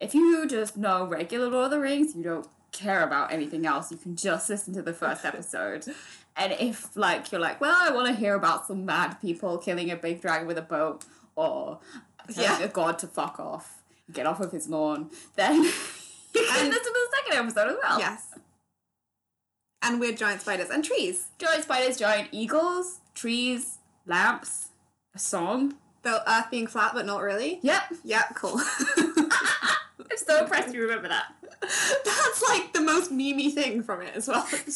If you just know regular Lord of the Rings, you don't care about anything else. You can just listen to the first episode. and if like you're like, well, I want to hear about some mad people killing a big dragon with a boat or telling Yeah. a god to fuck off, get off of his lawn, then you can And- listen to the second episode as well. Yes. And weird giant spiders and trees. Giant spiders, giant eagles, trees, lamps, a song. The earth being flat, but not really. Yep. Yep, cool. I'm so impressed you remember that. That's like the most memey thing from it as well. I've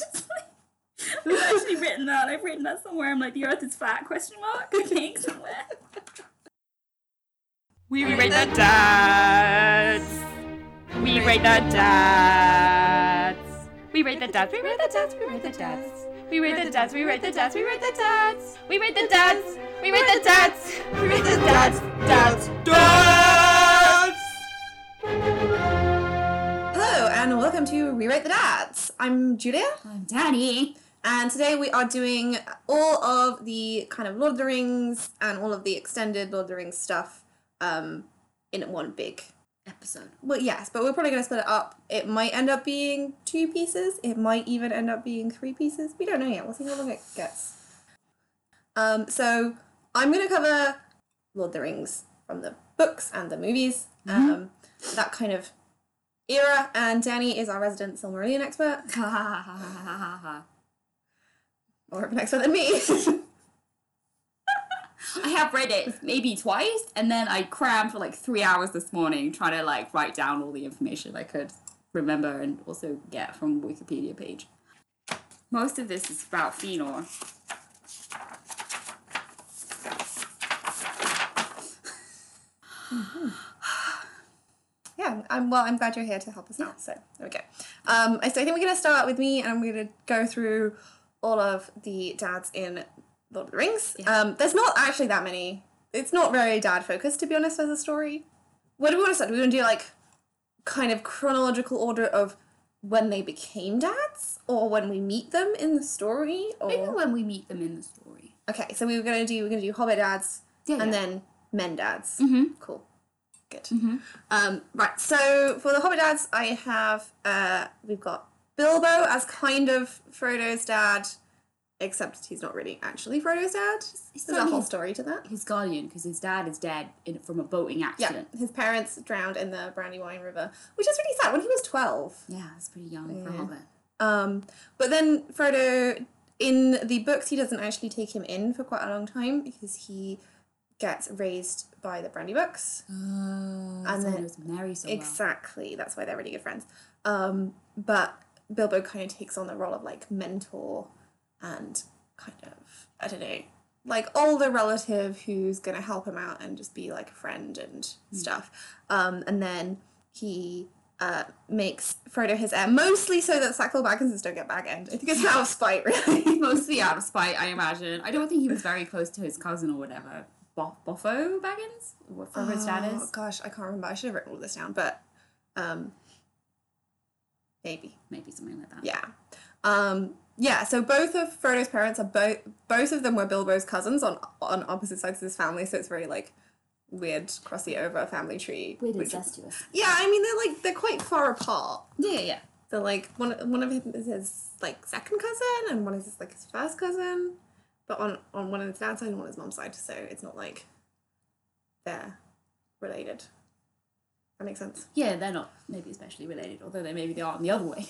actually written that. I've written that somewhere. I'm like, the Earth is fat? Question mark. I think somewhere. We rate the dads. We rate the dads. We rate the dads. We rate the dads. We rate the dads. We rate the dads. We rate the dads. We rate the dads. We rate the dads. We rate the dads. We rate the dads. Dads. Dads. Hello, and welcome to Rewrite the Dads. I'm Julia, I'm Danny. and today we are doing all of the kind of Lord of the Rings and all of the extended Lord of the Rings stuff um, in one big Episode. Well, yes, but we're probably going to split it up. It might end up being two pieces. It might even end up being three pieces. We don't know yet. We'll see how long it gets. Um, so I'm going to cover Lord of the Rings from the books and the movies, um, that kind of era. And Danny is our resident Silmarillion expert, I more of an expert than me. have read it maybe twice, and then I crammed for like three hours this morning trying to like write down all the information I could remember and also get from Wikipedia page. Most of this is about Fëanor. yeah, I'm, well, I'm glad you're here to help us out. So there we go. Um, I- so I think we're going to start with me, and I'm going to go through all of the dads in Lord of the Rings. Um, there's not actually that many. It's not very dad focused, to be honest, as a story. What do we want to start? Do we want to do like kind of chronological order of when they became dads, or when we meet them in the story, or Maybe when we meet them in the story. okay? So we were going to do we're going to do Hobbit dads, Yeah, and yeah. then men dads. Mhm. Cool. Good. Mhm. Um, right, so for the Hobbit dads, I have uh, we've got Bilbo as kind of Frodo's dad, except he's not really actually Frodo's dad. There's a not whole his- story to that. His guardian, because his dad is dead in, from a boating Yeah, accident. his parents drowned in the Brandywine River, which is really sad when he was 12. Yeah, that's pretty young for a Yeah. Hobbit. Um, but then Frodo, in the books, he doesn't actually take him in for quite a long time because he gets raised by the Brandybucks. and Uh, And then then- knows Mary so well. Exactly. That's why they're really good friends. Um, but Bilbo kind of takes on the role of like mentor and kind of, I don't know, like older relative who's going to help him out and just be like a friend and stuff. Um, and then he uh, makes Frodo his heir, mostly so that Sackville Bagginses don't get back end. I think it's out of spite, really. Mostly out of spite, I imagine. I don't think he was very close to his cousin or whatever. Bo- Boffo Baggins? What from his dad Oh, is? gosh, I can't remember. I should have written all this down, but um, maybe. Maybe something like that. Yeah. Um, yeah, so both of Frodo's parents are both both of them were Bilbo's cousins on on opposite sides of his family, so it's very like weird crossy over family tree. Weird which- incestuous. yeah, I mean they're like they're quite far apart. Yeah, yeah, yeah. They're like one one of him is his like second cousin and one is his like his first cousin. But on, on one of his dad's side and one of his mom's side, so it's not like they're related. That makes sense. Yeah, they're not maybe especially related, although they maybe they are in the other way.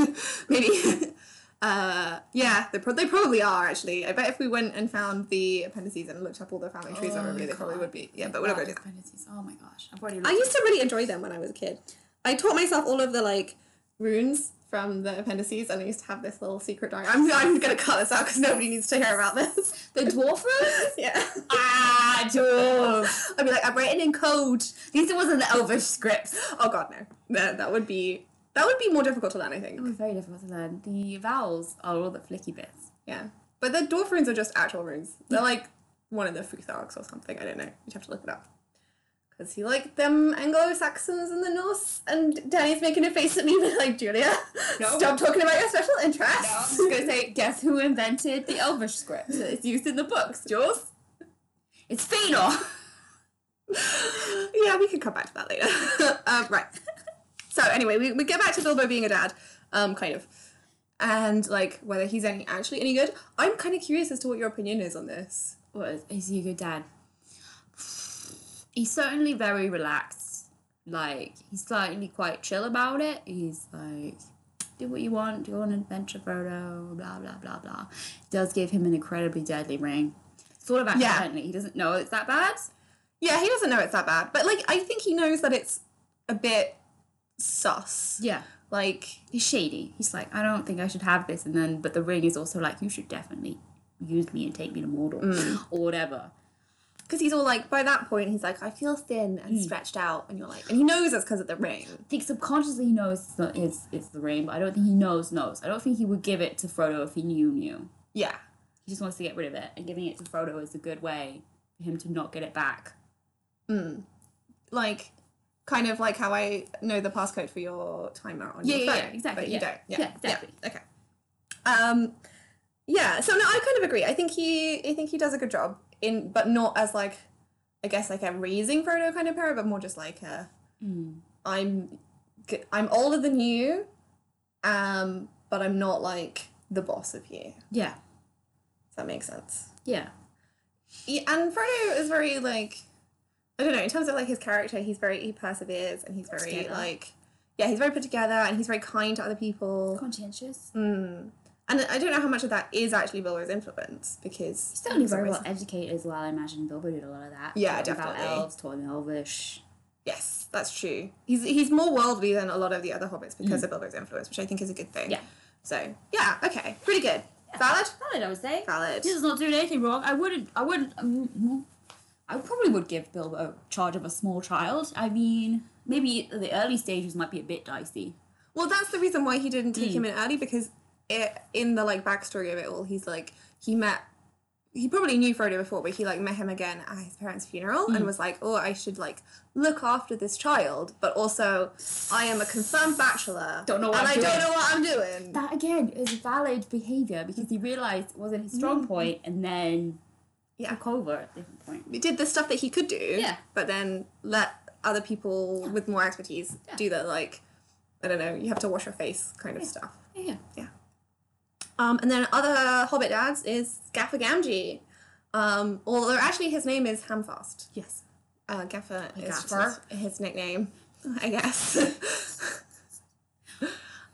maybe. Uh, yeah, they, pro- they probably are actually. I bet if we went and found the appendices and looked up all the family trees, on everybody, they probably would be. Yeah, but we're not gonna do that. Dependencies. Oh my gosh. I've already Oh, I looked. used to really enjoy them when I was a kid. I taught myself all of the like runes from the appendices, and I used to have this little secret diary. I'm, I'm gonna cut this out because nobody needs to hear about this. The dwarf rose? yeah, ah, dwarf. Oh. I'd be like, I'm writing in code. At least it wasn't the Elvish scripts. Oh God, no. That that would be that would be more difficult to learn. I It think. was very difficult to learn. The vowels are all the flicky bits. Yeah. But the dwarf runes are just actual runes. They're like one of the Futharks or something. I don't know. You'd have to look it up. Because he liked them Anglo Saxons and the Norse. And Danny's making a face at me like, Julia, No. stop talking about your special I was interests. just gonna say, guess who invented the Elvish script? It's used in the books, Jules. It's Fëanor. yeah, we can come back to that later. um, right. So anyway, we, we get back to Bilbo being a dad, um, kind of, and like whether he's any actually any good. I'm kind of curious as to what your opinion is on this. What is, is he a good dad? He's certainly very relaxed. Like he's slightly quite chill about it. He's like, do what you want, do an adventure photo, blah blah blah blah. Does give him an incredibly deadly ring. Sort of Yeah. accidentally. He doesn't know it's that bad. Yeah, he doesn't know it's that bad, but like I think he knows that it's a bit sus. Yeah. Like He's shady. He's like, I don't think I should have this and then but the ring is also like, you should definitely use me and take me to Mordor or whatever. because he's all like by that point he's like I feel thin Mm. and stretched out, and you're like, and he knows it's because of the ring. I think subconsciously he knows it's the, it's, it's the ring, but I don't think he knows knows. I don't think he would give it to Frodo if he knew knew. Yeah, He just wants to get rid of it, and giving it to Frodo is a good way for him to not get it back. like kind of like how I know the passcode for your timer on Yeah, your yeah, phone. yeah, exactly, But you yeah. don't. Yeah, Yeah, exactly. yeah, Okay. Um, yeah. So no, I kind of agree. I think he, I think he does a good job in, but not as like, I guess like a raising Frodo kind of parent, but more just like a, Mm. I'm, g- I'm older than you, um, but I'm not like the boss of you. Yeah, If that makes sense. yeah, Yeah, and Frodo is very like I don't know in terms of like his character. He's very he perseveres and he's very Together. like yeah he's very put together and he's very kind to other people. conscientious. Mm. And I don't know how much of that is actually Bilbo's influence because He's certainly for some very well reason- educated as well. I imagine Bilbo did a lot of that. Yeah, Taught him definitely. About elves, taught him Elvish. Yes, that's true. He's he's more worldly than a lot of the other hobbits because of Bilbo's influence, which I think is a good thing. Mm. Yeah. So yeah, okay, pretty good. Valid. Valid, I would say. Valid. This is not doing anything wrong. I wouldn't. I wouldn't. Um, I probably would give Bilbo charge of a small child. I mean, maybe the early stages might be a bit dicey. Well, that's the reason why he didn't take Hmm. him in early because it, in the like backstory of it all, he's like he met. He probably knew Frodo before, but he like met him again at his parents' funeral Hmm. and was like, "Oh, I should like look after this child, but also I am a confirmed bachelor. Don't know what and I'm I don't doing." know what I'm doing." that again is valid behavior because he realized it wasn't his strong point and then Mm. Yeah. took over at a different point. He did the stuff that he could do, Yeah. but then let other people with more expertise Yeah. do the like, I don't know, you have to wash your face kind of stuff. Yeah. Um, and then other Hobbit dads is Gaffer Gamgee. Um, although actually his name is Hamfast. Yes. Uh, Gaffer is just Gaffer. his, his nickname, I guess.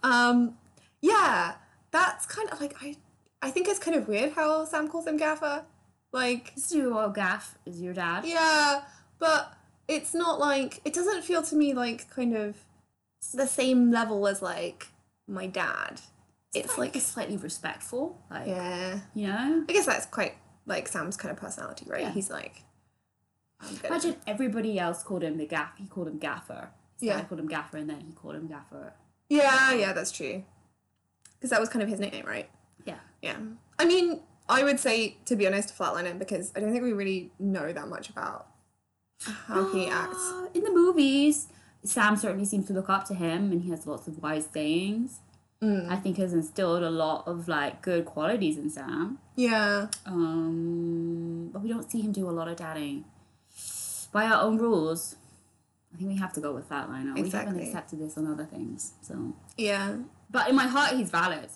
um, yeah, that's kind of like I. I think it's kind of weird how Sam calls him Gaffer. Like, This new old gaff is your dad. yeah, but it's not like it doesn't feel to me like kind of the same level as like my dad. It's like slightly respectful. Like yeah. you know? I guess that's quite like Sam's kind of personality, right? Yeah. He's like, I'm good. Imagine everybody else called him the gaff he called him gaffer. His Yeah. dad called him gaffer and then he called him gaffer. yeah, yeah, that's true. Because that was kind of his nickname, right? Yeah. Yeah. I mean, I would say to be honest, flatliner, because I don't think we really know that much about how he acts. Uh, In the movies, Sam certainly seems to look up to him and he has lots of wise sayings. Mm. I think has instilled a lot of like good qualities in Sam. Yeah, Um, but we don't see him do a lot of dadding. By our own rules, I think we have to go with that lineup. We haven't Exactly. accepted this on other things, so. yeah. But in my heart, he's valid.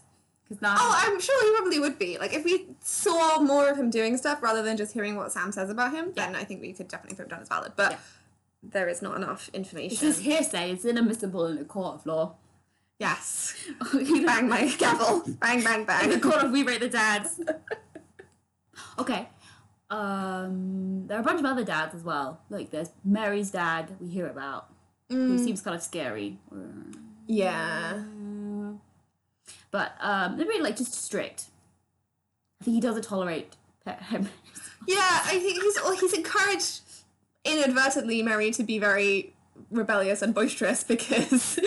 Because now, Oh, I'm sure he probably would be. Like, if we saw more of him doing stuff rather than just hearing what Sam says about him, then I think we could definitely put him down as valid. But Yeah. there is not enough this information. is hearsay. It's inadmissible in a court of law. yes. Oh, You know, bang my gavel. Bang, bang, in a bang. court of we rate the dads. okay. Um, there are a bunch of other dads as well. Like there's Mary's dad we hear about, who Mm. seems kind of scary. Yeah. But um, they're really like just strict. I think he doesn't tolerate pe- him. Yeah, I think he's well, he's encouraged inadvertently Mary to be very rebellious and boisterous because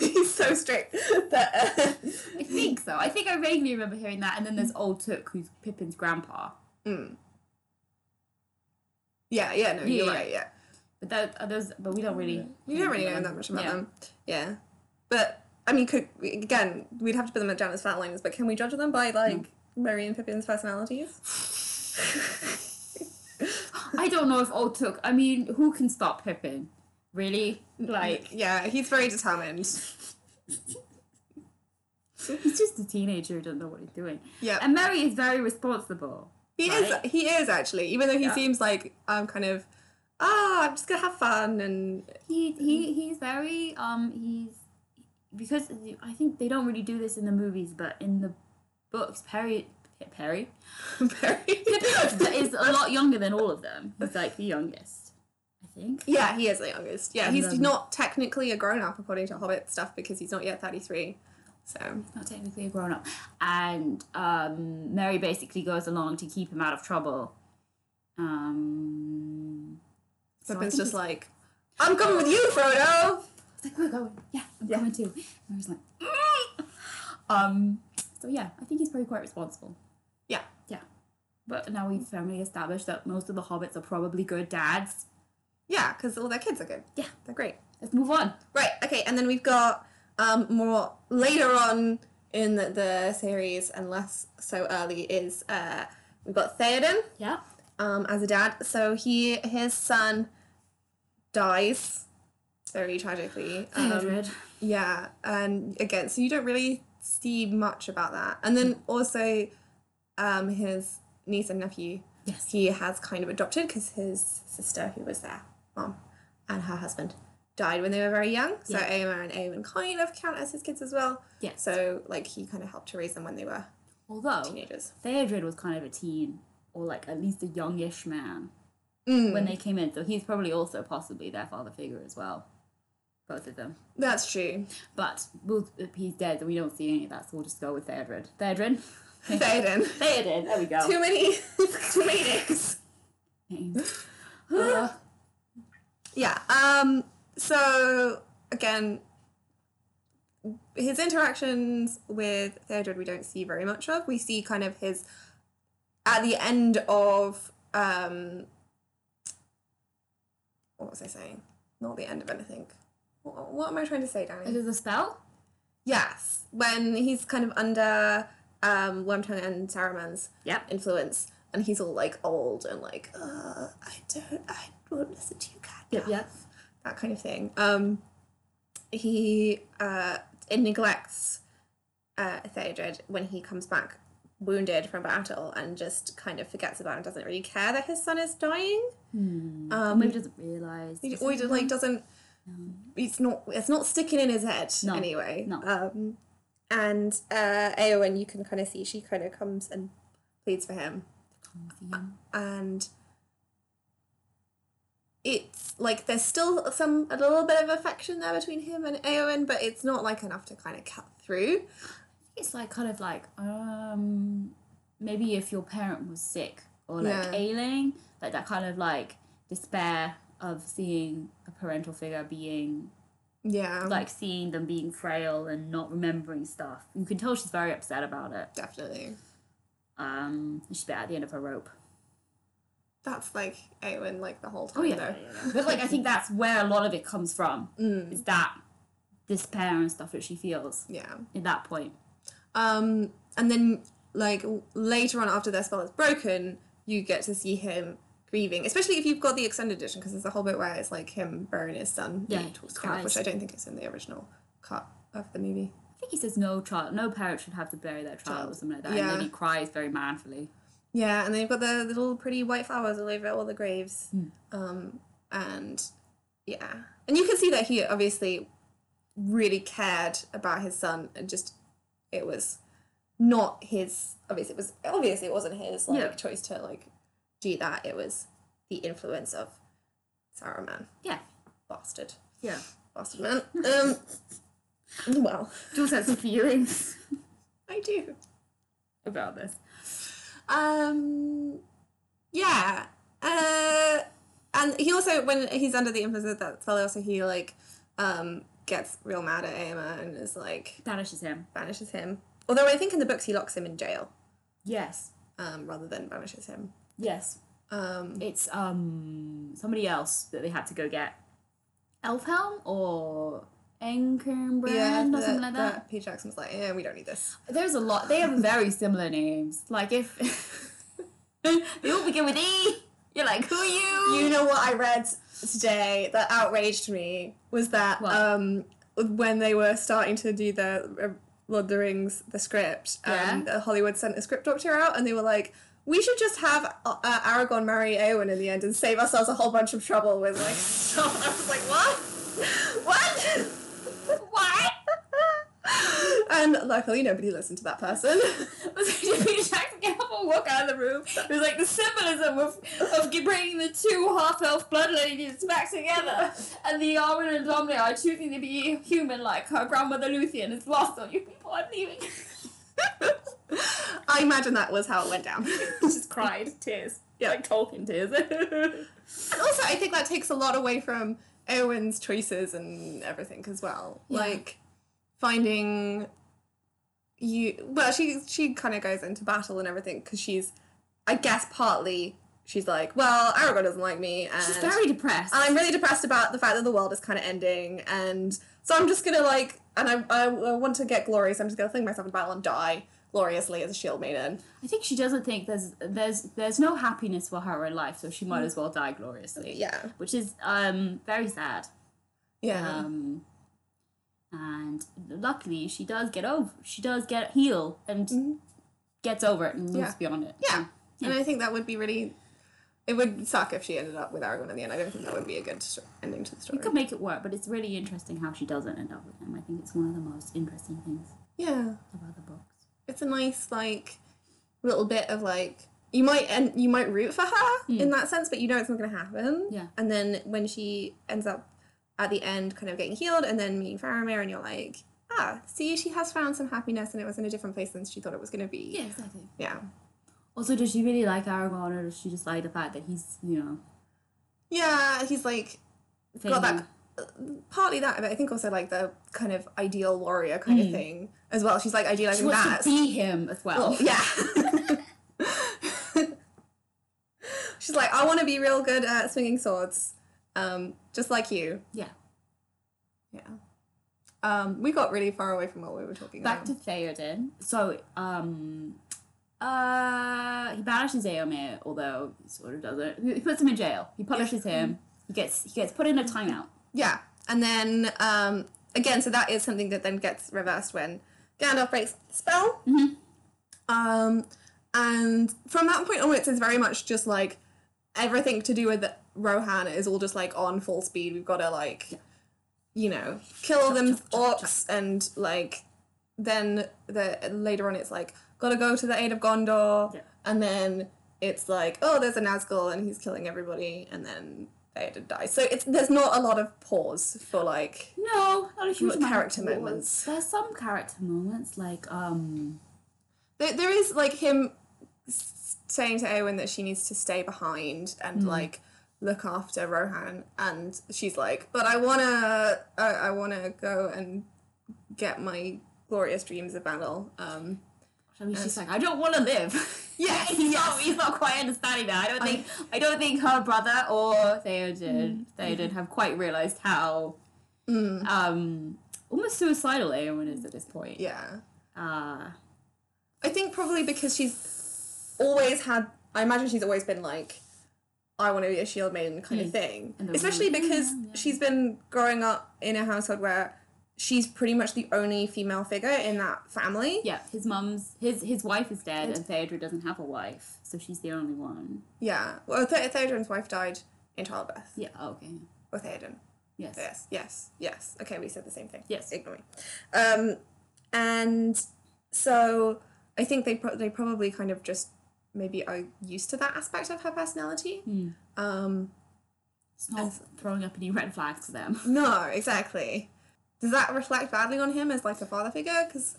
he's so strict that uh, I think so. I think I vaguely remember hearing that. And then there's old Took, who's Pippin's grandpa. yeah, yeah, no, you're Yeah. right, yeah. But that are those, but we don't really. You don't really know that much about them. Yeah. But I mean could we- again, we'd have to put them down as flatliners, but can we judge them by Mm. like Mary and Pippin's personalities? Oh, I don't know if old Took. I mean, who can stop Pippin? really like yeah, he's very determined. he's just a teenager who doesn't know what he's doing. Yeah. And Mary is very responsible. He Right. is. He is actually, even though he Yeah. seems like um kind of, ah, I'm just gonna have fun and He he he's very um he's because I think they don't really do this in the movies, but in the books, Perry Perry very. is a lot younger than all of them. He's like the youngest, I think. yeah, he is the youngest. Yeah, And, he's um, not technically a grown up according to Hobbit stuff because he's not yet thirty three. So not technically a grown up. And um, Mary basically goes along to keep him out of trouble. Um, so I Pippin's think just he's- like, I'm coming with you, Frodo. it's like, we're going. Yeah, I'm going too. And Mary's like, "Mm." um, so yeah, I think he's probably quite responsible. Yeah. Yeah. But now we've firmly established that most of the hobbits are probably good dads. Yeah, because all their kids are good. Yeah. they're great. Let's move on. Right, okay, and then we've got um, more later on in the, the series, and less so early, is uh, we've got Theoden Yeah. um, as a dad. So he his son dies very tragically. Um, Mildred. yeah, and again, so you don't really see much about that. And Mm. then also um, his niece and nephew yes. he has kind of adopted because his sister, who was their mom, and her husband died when they were very young. So Yeah. Aemar and Aemon kind of count as his kids as well. Yes. So like he kind of helped to raise them when they were Although, teenagers. Theodred was kind of a teen, or like at least a youngish man. Mm, when they came in. So he's probably also possibly their father figure as well. Both of them. that's true. But we'll, if he's dead, then we don't see any of that, so we'll just go with Theodred. Theodred? Theoden. Theodred, there we go. Too many, too many names. Names. Yeah. Um. So again, his interactions with Theodred we don't see very much of. We see kind of his at the end of um. What was I saying? Not the end of anything. What, what am I trying to say, It Danny? is a spell? Yes, when he's kind of under um, Wormtongue and Saruman's Yep. influence, and he's all like old and like, uh, I don't, I won't listen to you, Cat. Yep, yep. that kind of thing. Um, he uh, it neglects uh, Theodred when he comes back wounded from battle and just kind of forgets about and doesn't really care that his son is dying. Um, maybe doesn't realise. Hmm. He or he just, like doesn't. It's not. It's not sticking in his head No, anyway. no. Um, and uh, Eowyn, you can kind of see she kind of comes and pleads for him and it's like there's still some a little bit of affection there between him and Eowyn, but it's not like enough to kind of cut through. It's like kind of like, um, maybe if your parent was sick or like Yeah. ailing, like that kind of like despair of seeing a parental figure being Yeah, like seeing them being frail and not remembering stuff. You can tell she's very upset about it. definitely. Um, she's bit at the end of her rope. That's like Eowyn like the whole time Oh yeah, though. but like I think that's where a lot of it comes from. Is that despair and stuff that she feels Yeah. at that point? Um, and then like w- later on after their spell is broken, you get to see him grieving, especially if you've got the extended edition because there's a whole bit where it's like him burying his son. Yeah, he talks about, cries. which I don't think is in the original cut of the movie. I think he says no child, no parent should have to bury their child or something like that. And then Yeah. he cries very manfully. Yeah, and they've got the little pretty white flowers all over all the graves. Um, and yeah. And you can see that he obviously really cared about his son and just it was not his obviously it was obviously it wasn't his like Yeah. choice to like do that. It was the influence of Saruman. Yeah, Bastard. yeah. Bastard man. Um well, Jules has some feelings I do. about this. Um, yeah. Uh, and he also, when he's under the influence of that spell, also he like um gets real mad at Aemon and is like Banishes him. banishes him. Although I think in the books he locks him in jail Yes, um, rather than banishes him. yes. Um, It's um somebody else that they had to go get. Elfhelm or Enkerbrand yeah, or something like that. Peter Jackson was like, yeah, we don't need this. There's a lot. They have very similar names. Like if they all begin with E. You're like, who you? You know what I read today that outraged me was that What? um, when they were starting to do the uh, Lord of the Rings, the script, um, Yeah. Hollywood sent a script doctor out and they were like, we should just have uh, uh, Aragorn marry Eowyn in the end and save ourselves a whole bunch of trouble with like stuff. I was like, what? What? what? and luckily, nobody listened to that person. was Peter Jackson get up and walk out of the room. It was like the symbolism of, of ge- bringing the two half-elf blood lineages back together. And the Arwen and Domino are choosing to be human like her grandmother Luthien is lost on you people. I'm leaving. I imagine that was how it went down. She just cried tears. Yeah. Like Tolkien tears. And also, I think that takes a lot away from Owen's choices and everything as well. Yeah. Like finding you. Well, she she kind of goes into battle and everything because she's, I guess, partly she's like, well, Aragorn doesn't like me, and She's very depressed. and I'm really depressed about the fact that the world is kind of ending, and so I'm just gonna like, and I, I I want to get glory, so I'm just gonna fling myself in battle and die gloriously as a shield maiden. I think she doesn't think there's there's there's no happiness for her in life, so she might as well die gloriously. Yeah, Which is um very sad. yeah. Um, and luckily, she does get over. She does get heal and gets over it and moves Yeah. beyond it. Yeah. And I think that would be really. It would suck if she ended up with Aragorn at the end. I don't think that would be a good st- ending to the story. You could make it work, but it's really interesting how she doesn't end up with him. I think it's one of the most interesting things yeah, about the books. it's a nice like little bit of like you might and you might root for her in that sense, but you know it's not going to happen. Hmm. Yeah. And then when she ends up at the end, kind of getting healed, and then meeting Faramir, and you're like, ah, see, she has found some happiness, and it was in a different place than she thought it was going to be. exactly. Yeah. Also, does she really like Aragorn, or does she just like the fact that he's, you know, Yeah. He's like failing? that- partly that, but I think also like the kind of ideal warrior kind of thing as well. She's like Hmm. She idealizing wants that. to be him as well. Well, yeah. She's like, I want to be real good at swinging swords, um, just like you. yeah. Yeah. Um, we got really far away from what we were talking Back about. to Theoden. So, um, uh, he banishes Aomir, although he sort of doesn't. He puts him in jail. He punishes him. He gets he gets put in a timeout. yeah, and then um, again, so that is something that then gets reversed when Gandalf breaks the spell. Um, and from that point onwards, it's very much just like everything to do with Rohan is all just like on full speed. We've got to like, you know, kill them orcs and like then the later on it's like gotta go to the aid of Gondor, Yeah. and then it's like oh there's a Nazgul and he's killing everybody, and then Theoden dies. So it's there's not a lot of pause for like No, not a huge What amount of character pause. moments? There's some character moments like um there, there is like him s- saying to Owen that she needs to stay behind and like look after Rohan, and she's like but I wanna I, I wanna go and get my glorious dreams of battle. Um, I mean, she's like, I don't want to live. Yes, he's, Not, he's not quite understanding that. I Mm. don't think I don't think her brother or Theoden Theoden have quite realized how um almost suicidal Aowen is at this point. yeah. Uh, I think probably because she's always had. I imagine she's always been like, I want to be a shield maiden kind of thing. Mm. And the Especially woman- because Yeah, yeah. she's been growing up in a household where she's pretty much the only female figure in that family. yeah, his mum's his his wife is dead, and Theoden doesn't have a wife, so she's the only one. Yeah. Well, Th- Theoden's wife died in childbirth. Yeah. oh, okay. Or Theoden. Yes. Yes. Yes. Yes. Okay, we said the same thing. Yes. Ignore me. Um, and so I think they pro- they probably kind of just maybe are used to that aspect of her personality. Hmm. Um. It's not throwing up any red flags to them. No, exactly. Does that reflect badly on him as like a father figure? Because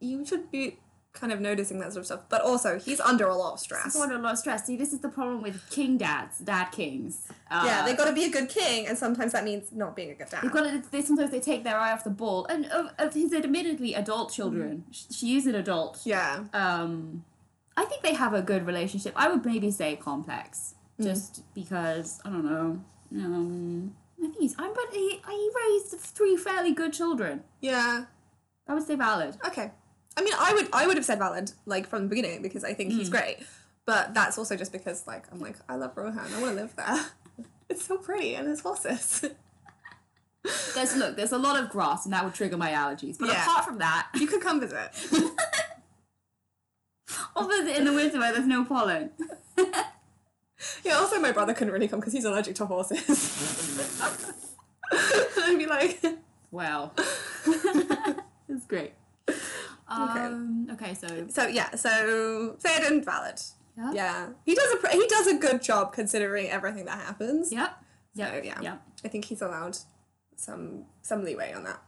you should be kind of noticing that sort of stuff. But also, he's under a lot of stress. Someone a lot of stress. See, this is the problem with king dads, dad kings. Uh, yeah, they got to be a good king, and sometimes that means not being a good dad. They've got to, they sometimes they take their eye off the ball, and of, of his admittedly adult children, sh she is an adult. yeah, Um, I think they have a good relationship. I would maybe say complex, just because I don't know. Um, I think he's. I'm. But he, he raised three fairly good children. yeah. I would say valid. Mm. Okay. I mean, I would I would have said valid like from the beginning because I think he's great. But that's also just because like I'm like I love Rohan. I want to live there. It's so pretty and there's horses. There's look, there's a lot of grass, and that would trigger my allergies. But Yeah. apart from that, you could come visit. obviously in the winter where there's no pollen. Yeah. Also, my brother couldn't really come because he's allergic to horses. and I'd be like, Well, it's great. Um, okay. so so yeah. So fair and valid. yeah, Yeah. He does a pr- he does a good job considering everything that happens. yep, yep, So, yeah. yep. I think he's allowed some some leeway on that.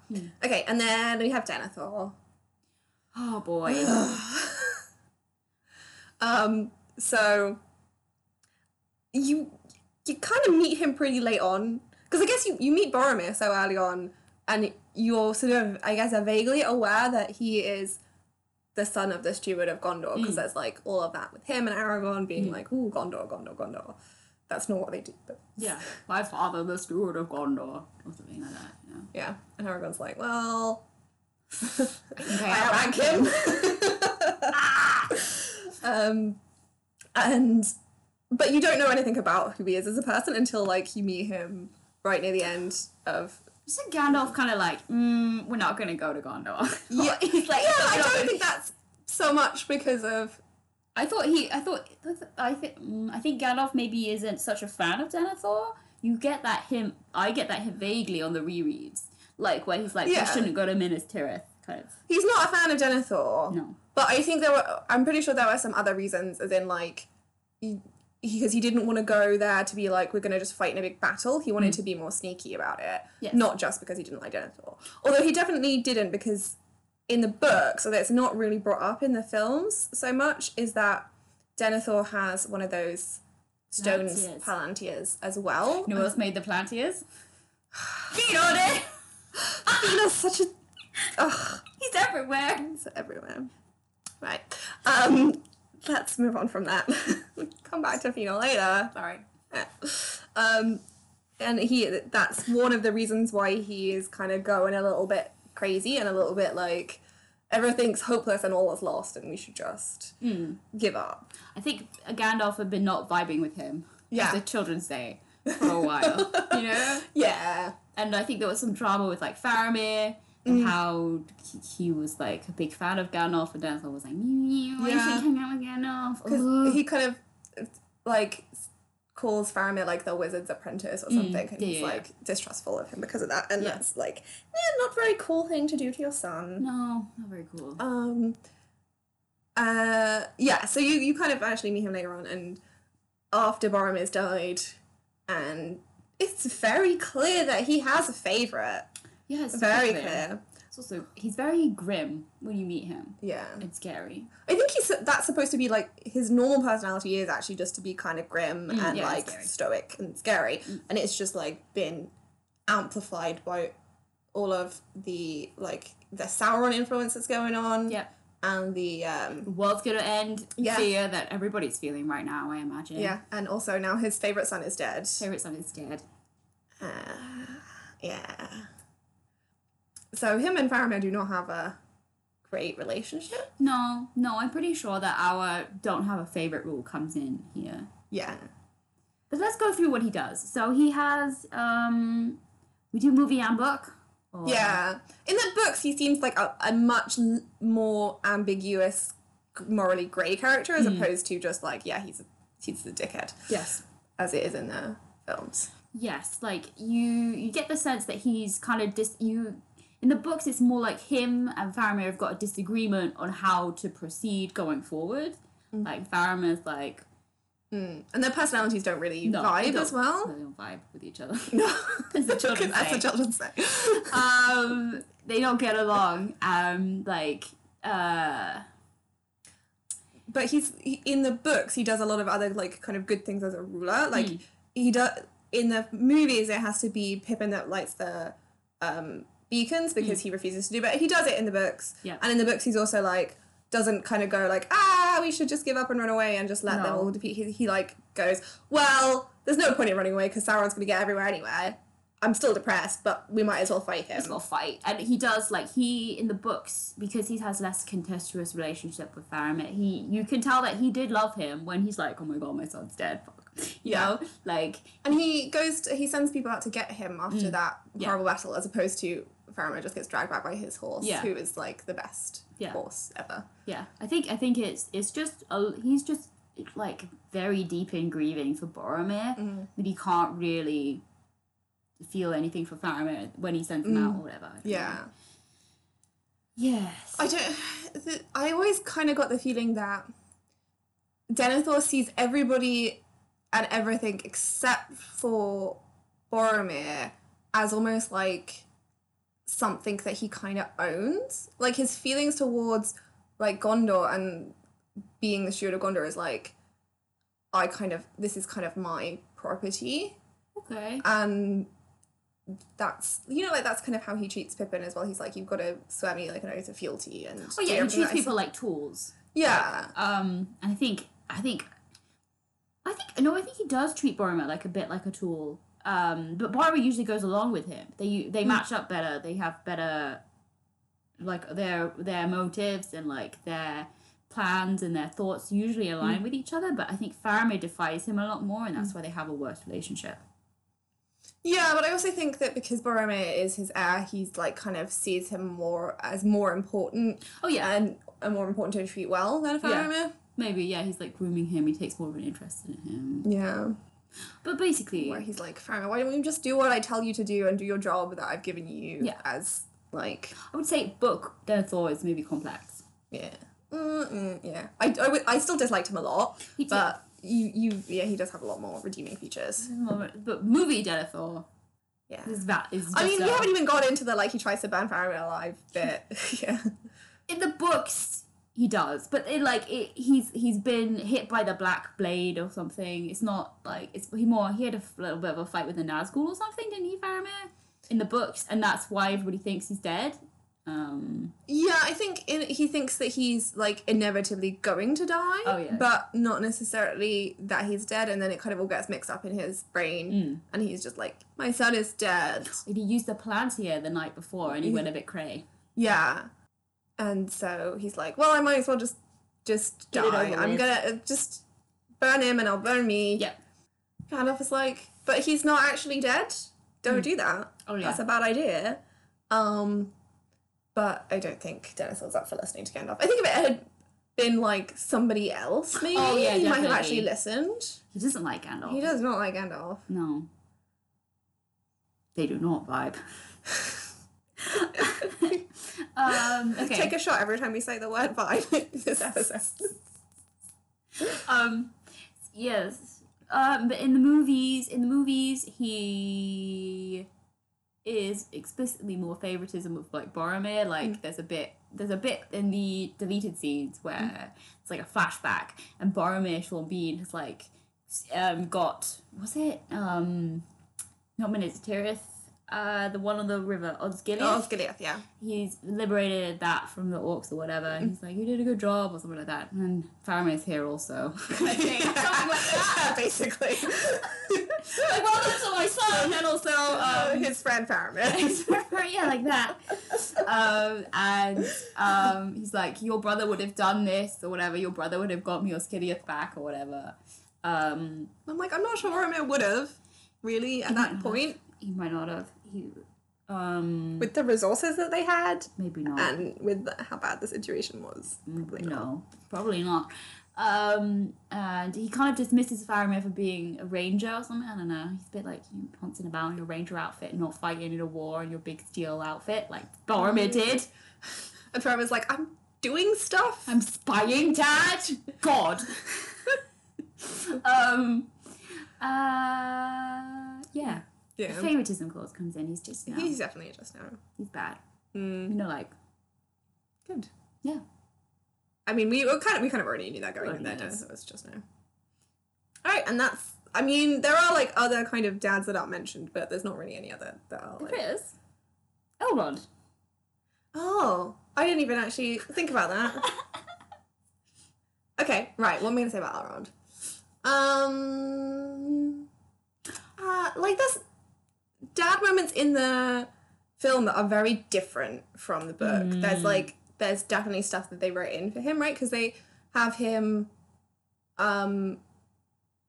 Okay, and then we have Denethor. Oh boy. Um, so you you kind of meet him pretty late on because I guess you, you meet Boromir so early on, and you're sort of I guess are vaguely aware that he is the son of the steward of Gondor because there's like all of that with him and Aragorn being like, "Ooh, Gondor, Gondor, Gondor." That's not what they do, but yeah, my father, the steward of Gondor, or something like that. You know. yeah. And Aragorn's like, "Well, Okay, I outrank him. um, and but you don't know anything about who he is as a person until like you meet him right near the end of. Isn't Gandalf kind of like, mm, we're not going to go to Gondor? Yeah, He's like, yeah. I "No, don't no." think that's so much because of I thought he, I thought, I think, mm, I think Gandalf maybe isn't such a fan of Denethor. You get that him, I get that him vaguely on the rereads, like where he's like, Yeah. you shouldn't go to Minas Tirith, kind of. he's not a fan of Denethor. No. But I think there were. I'm pretty sure there were some other reasons, as in like, he because he didn't want to go there to be like we're going to just fight in a big battle. He wanted to be more sneaky about it, Mm. Yes. not just because he didn't like Denethor. Although he definitely didn't, because in the book, so that's not really brought up in the films so much, is that Denethor has one of those stones Palantirs. palantirs as well. You know who else made the Plantiers? Theoden! That's such a ugh. He's everywhere. It's everywhere. Right. Um, let's move on from that. Come back to Phenol later. Sorry. Um, and he that's one of the reasons why he is kind of going a little bit crazy and a little bit like everything's hopeless and all is lost and we should just Hmm. give up. I think Gandalf had been not vibing with him, Yeah. as the children say, for a while, you know? Yeah. and I think there was some drama with like Faramir Mm-hmm. and how he, he was like a big fan of Gandalf, and Denethor was like, "Mm, "Why Yeah. should hang out with Gandalf?" Ugh." Because he kind of like calls Faramir like the wizard's apprentice or something, and Hmm. yeah, he's yeah, like distrustful of him because of that, and Yeah. that's like eh, not very cool thing to do to your son. no, not very cool. Um. Uh. Yeah. So you you kind of actually meet him later on, and after Boromir's died, and it's very clear that he has a favorite. yeah, it's Very clear. clear. It's also he's very grim when you meet him. Yeah. It's scary. I think he's that's supposed to be like his normal personality is actually just to be kind of grim and Mm, yeah, like scary. Mm. stoic and scary, and it's just like been amplified by all of the like the Sauron influence that's going on, Yep. and the um, The world's gonna end. Mm. Yeah. Fear that everybody's feeling right now. I imagine. yeah, and also now his favorite son is dead. Uh, Favorite son is dead. Yeah. So him and Faramir do not have a great relationship. No, no. I'm pretty sure that our don't have a favorite rule comes in here. Yeah. But let's go through what he does. So he has um we do movie and book. Or- Yeah. In the books, he seems like a, a much l- more ambiguous, g- morally grey character Hmm. as opposed to just like, yeah, he's a, he's the dickhead, Yes. as it is in the films. Yes, like you you get the sense that he's kind of dis you in the books it's more like him and Faramir have got a disagreement on how to proceed going forward. Mm. Like Faramir's like And their personalities don't really no, they vibe don't- as well. They don't vibe with each other. No. As the children That's say. what children say. um they don't get along. Um like uh but he's he, in the books he does a lot of other like kind of good things as a Hmm. ruler like he does in the movies it has to be pippin that lights the um beacons because he refuses to do but he does it in the books Hmm. Yeah. and in the books he's also like doesn't kind of go like ah we should just give up and run away and just let them No. all defeat he, he like goes well there's no point in running away because sauron's going to get everywhere anyway I'm still depressed, but we might as well fight him. This little fight. And he does like he in the books because he has less contestuous relationship with Faramir. He you can tell that he did love him when he's like, oh my god, my son's dead. Fuck, you Yeah. know, like And he goes. To, he sends people out to get him after that Mm. Yeah. horrible battle, as opposed to Faramir just gets dragged back by his horse, Yeah. who is like the best Yeah. horse ever. yeah. I think I think it's it's just a, he's just like very deep in grieving for Boromir Mm-hmm. that he can't really feel anything for Faramir when he sends him out or whatever. I don't know. Mm. Yeah, Yes. I don't. The, I always kind of got the feeling that Denethor sees everybody and everything except for Boromir as almost like something that he kind of owns. Like his feelings towards like Gondor and being the steward of Gondor is like, I kind of this is kind of my property, okay. and Um, that's you know like that's kind of how he treats Pippin as well. He's like, you've got to swear me like an oath of fealty and Oh do yeah, he treats everything that I say." people like tools. Yeah, Um, and I think I think I think no, I think he does treat Boromir like a bit like a tool. Um, but Boromir usually goes along with him. They they match up better. They have better like their their motives and like their plans and their thoughts usually align with each other. But I think Faramir defies him a lot more, and that's why they have a worse relationship. yeah, but I also think that because Boromir is his heir, he's like kind of sees him more as more important Oh yeah, and a more important to treat well than a Yeah. Faramir. maybe yeah. He's like grooming him. He takes more of an interest in him. Yeah. But basically, where he's like, Faramir, why don't we just do what I tell you to do and do your job that I've given you Yeah. as like I would say book Denethor is maybe complex. yeah. Mm-mm, yeah, I, I, would- I still disliked him a lot, He did. but you, you, yeah, he does have a lot more redeeming features. But movie Denethor Yeah, is that is. I mean, just we a- haven't even got into the like he tries to burn Faramir alive bit. yeah, in the books he does, but it like it, he's he's been hit by the black blade or something. It's not like it's he more he had a f- little bit of a fight with the Nazgul or something, didn't he, Faramir? In the books, and that's why everybody thinks he's dead. Um, yeah, I think in, he thinks that he's like inevitably going to die, Oh, yeah. but not necessarily that he's dead. And then it kind of all gets mixed up in his brain, and he's just like, my son is dead. and he used the Palantir the night before, and he went a bit cray. Yeah. And so he's like, well, I might as well just just Get it die. over I'm with." gonna uh, just burn him and I'll burn me. Yeah. Gandalf is like, but he's not actually dead. Don't do that. Oh, yeah. That's a bad idea. Um, but I don't think Denethor's up for listening to Gandalf. I think if it had been like somebody else, maybe Oh, yeah, he might have definitely. Oh. actually listened. He doesn't like Gandalf. He does not like Gandalf. No. They do not vibe. um, okay. Take a shot every time we say the word vibe in this episode. um yes um but in the movies in the movies he is explicitly more favoritism of like Boromir like there's a bit there's a bit in the deleted scenes where it's like a flashback and Boromir Sean Bean has like s- um got was it um not Minas Tirith uh the one on the river Osgiliath Oh, Gilead, yeah. he's liberated that from the orcs or whatever. And he's like, you did a good job or something like that. And Faramir's here also. I think something like that. basically. Like, well, that's all my son. And also, Uh, um, his friend Faramir. yeah, like that. Um, and um, he's like, your brother would have done this or whatever. Your brother would have got me or Skiddieth back or whatever. Um, I'm like, I'm not sure Faramir would have, really, at that point, he might not have. He, um, with the resources that they had maybe not. and with the, how bad the situation was. Probably not. No, probably not. Um, and he kind of dismisses Faramir for being a ranger or something. I don't know. He's a bit like you prancing about in your ranger outfit, and not fighting in a war in your big steel outfit, like Mm. Boromir did. And Faramir's like, I'm doing stuff. I'm spying, Dad. God. um. Uh. Yeah. The yeah. favoritism clause comes in. He's just now. Um, He's He's, definitely just now. bad. Mm, You know, like good. yeah. I mean, we were kind of we kind of already knew that going in Already there. knew Denethor this. So it's just now. All right, and that's. I mean, there are like other kind of dads that aren't mentioned, but there's not really any other that are like. Chris. Elrond. Oh, I didn't even actually think about that. okay, right. What am I gonna say about Elrond? Um, uh, like this dad moments in the film that are very different from the book. Hmm. There's like there's definitely stuff that they wrote in for him, right? Because they have him um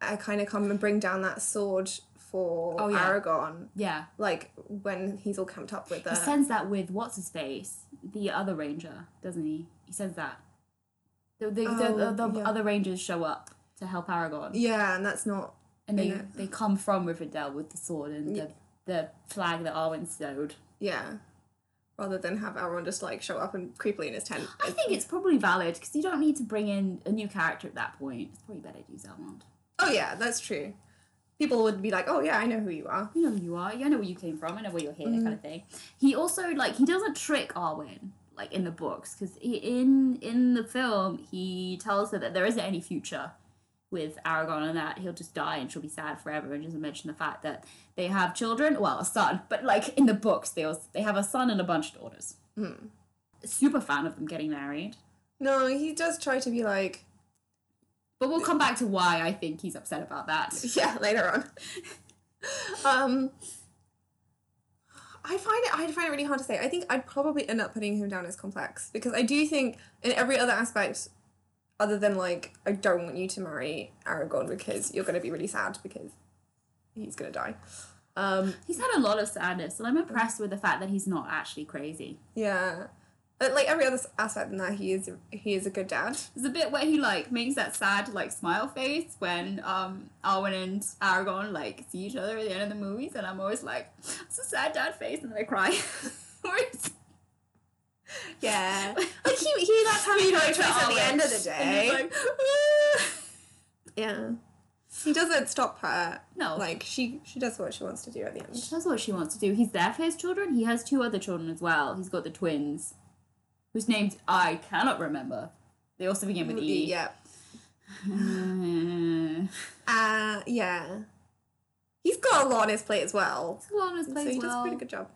I kind of come and bring down that sword for Oh, yeah. Aragon. Yeah. Like when he's all camped up with He uh, sends that with what's his face, the other ranger, doesn't he? He sends that. The, the, the, Oh, the yeah. other rangers show up to help Aragon, Yeah, and that's not and they, Yeah. they come from Rivendell with the sword and the, the flag that Arwen stowed. yeah. Rather than have Elrond just like show up and creepily in his tent. I think it's probably valid because you don't need to bring in a new character at that point. It's probably better to use Elrond. Oh yeah, that's true. People would be like, "Oh yeah, I know who you are." You know who you are. Yeah, I know where you came from. I know where you're here, kind of thing. He also like he doesn't trick Arwen like in the books because in in the film he tells her that there isn't any future with Aragon and that he'll just die and she'll be sad forever and doesn't mention the fact that they have children. Well, a son, but like in the books they also, they have a son and a bunch of daughters. Super fan of them getting married. No, he does try to be like, But we'll come back to why I think he's upset about that. yeah, later on. um, I find it. I find it really hard to say. I think I'd probably end up putting him down as complex because I do think in every other aspect, other than like, I don't want you to marry Aragorn because you're going to be really sad because he's going to die. Um, He's had a lot of sadness, and I'm impressed with the fact that he's not actually crazy. yeah. But like every other s- aspect than that, he is he is a good dad. There's a bit where he like makes that sad like smile face when um Arwen and Aragon like see each other at the end of the movies, and I'm always like, it's a sad dad face, and then I cry. Or it's- Yeah, like he, he that's how he portrays at the end of the And he's day. like, "Ah." Yeah. He doesn't stop her. no, like Like she she does what she wants to do at the she end. does what she wants to do. He's there for his children. He has two other children as well. He's got the twins, whose names I cannot remember. They also begin with E. Yeah. Uh, Uh yeah. He's got a lot on his plate as well. Lana's so he plays does a well. pretty good job.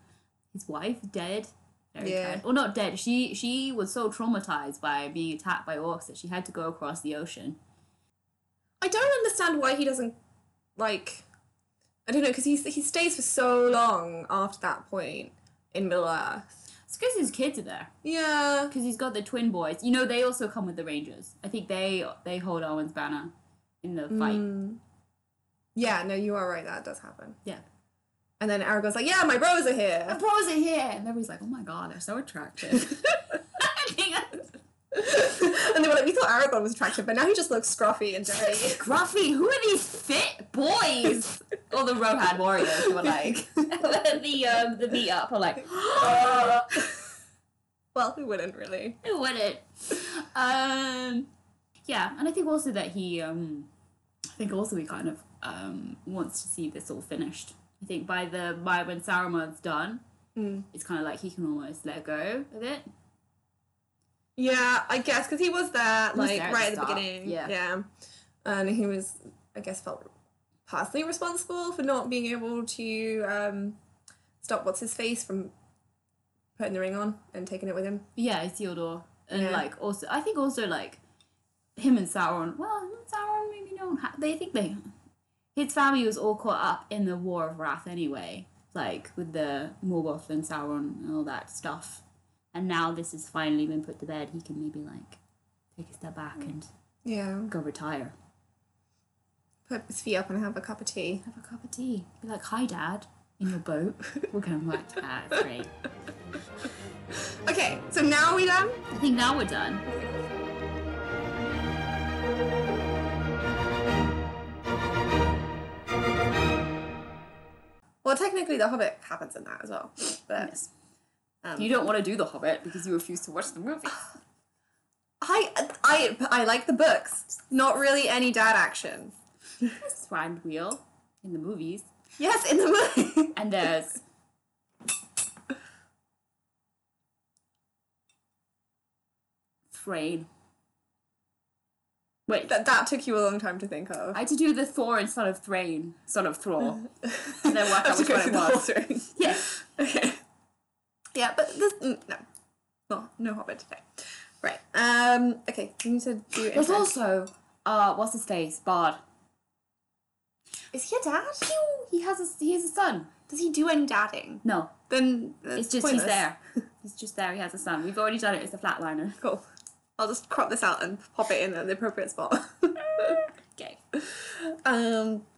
His wife dead. Very Yeah. yeah. Well, not dead. She she was so traumatized by being attacked by orcs that she had to go across the ocean. I don't understand why he doesn't like I don't know, because he he stays for so long after that point in Middle Earth. It's because his kids are there. Yeah. Because he's got the twin boys. You know, they also come with the rangers. I think they they hold Arwen's banner in the fight. Mm. Yeah, no, you are right, that does happen. Yeah. And then Aragorn's like, Yeah, my bros are The here. bros are here, and everybody's like, "Oh my god, they're so attractive." I think that's- and they were like, We thought Aragorn was attractive, but now he just looks scruffy and dirty. Gruffy, who are these fit boys? All the Rohan warriors who were like, the um, the meetup are like, well, who wouldn't really? Who wouldn't? Um, yeah, and I think also that he, um, I think also he kind of um, wants to see this all finished. I think by the by when Saruman's done, Mm. it's kind of like he can almost let go of it. Yeah, I guess because he was there, was like there at right the at the start, beginning. yeah. and he was, I guess, felt partially responsible for not being able to um, stop what's his face from putting the ring on and taking it with him. Yeah, Isildur, and Yeah. like also, I think also like him and Sauron. Well, him and Sauron maybe don't. Ha- they think they his family was all caught up in the War of Wrath anyway, like with the Morgoth and Sauron and all that stuff. And now this has finally been put to bed. He can maybe like take a step back and Yeah, go retire, put his feet up and have a cup of tea. have a cup of tea, be like, "Hi, Dad." In your boat, we're going right to that. It's great. Okay, so now we done. I think now we're done. Well, technically, the Hobbit happens in that as well, but Yes. um, You don't want to do The Hobbit because you refuse to watch the movie. I I I like the books. Not really any dad action. There's Swan Wheel in the movies, Yes, in the movie. and there's Thrain. Wait, That that took you a long time to think of. I had to do the Thor instead of Thrain, son of Thrall. and then work out I have to which go one through it the whole was. string. Yeah, Okay. Yeah, but this mm, no, well, no Hobbit today. Right. Um. Okay. You need to do. there's intro. also uh, what's his face, Bard. Is he a dad? He has a he has a son. Does he do any dadding? No, Then that's it's just pointless. he's there. He's just there. He has a son. We've already done it. It's a flatliner. Cool. I'll just crop this out and pop it in at the appropriate spot. Okay. um,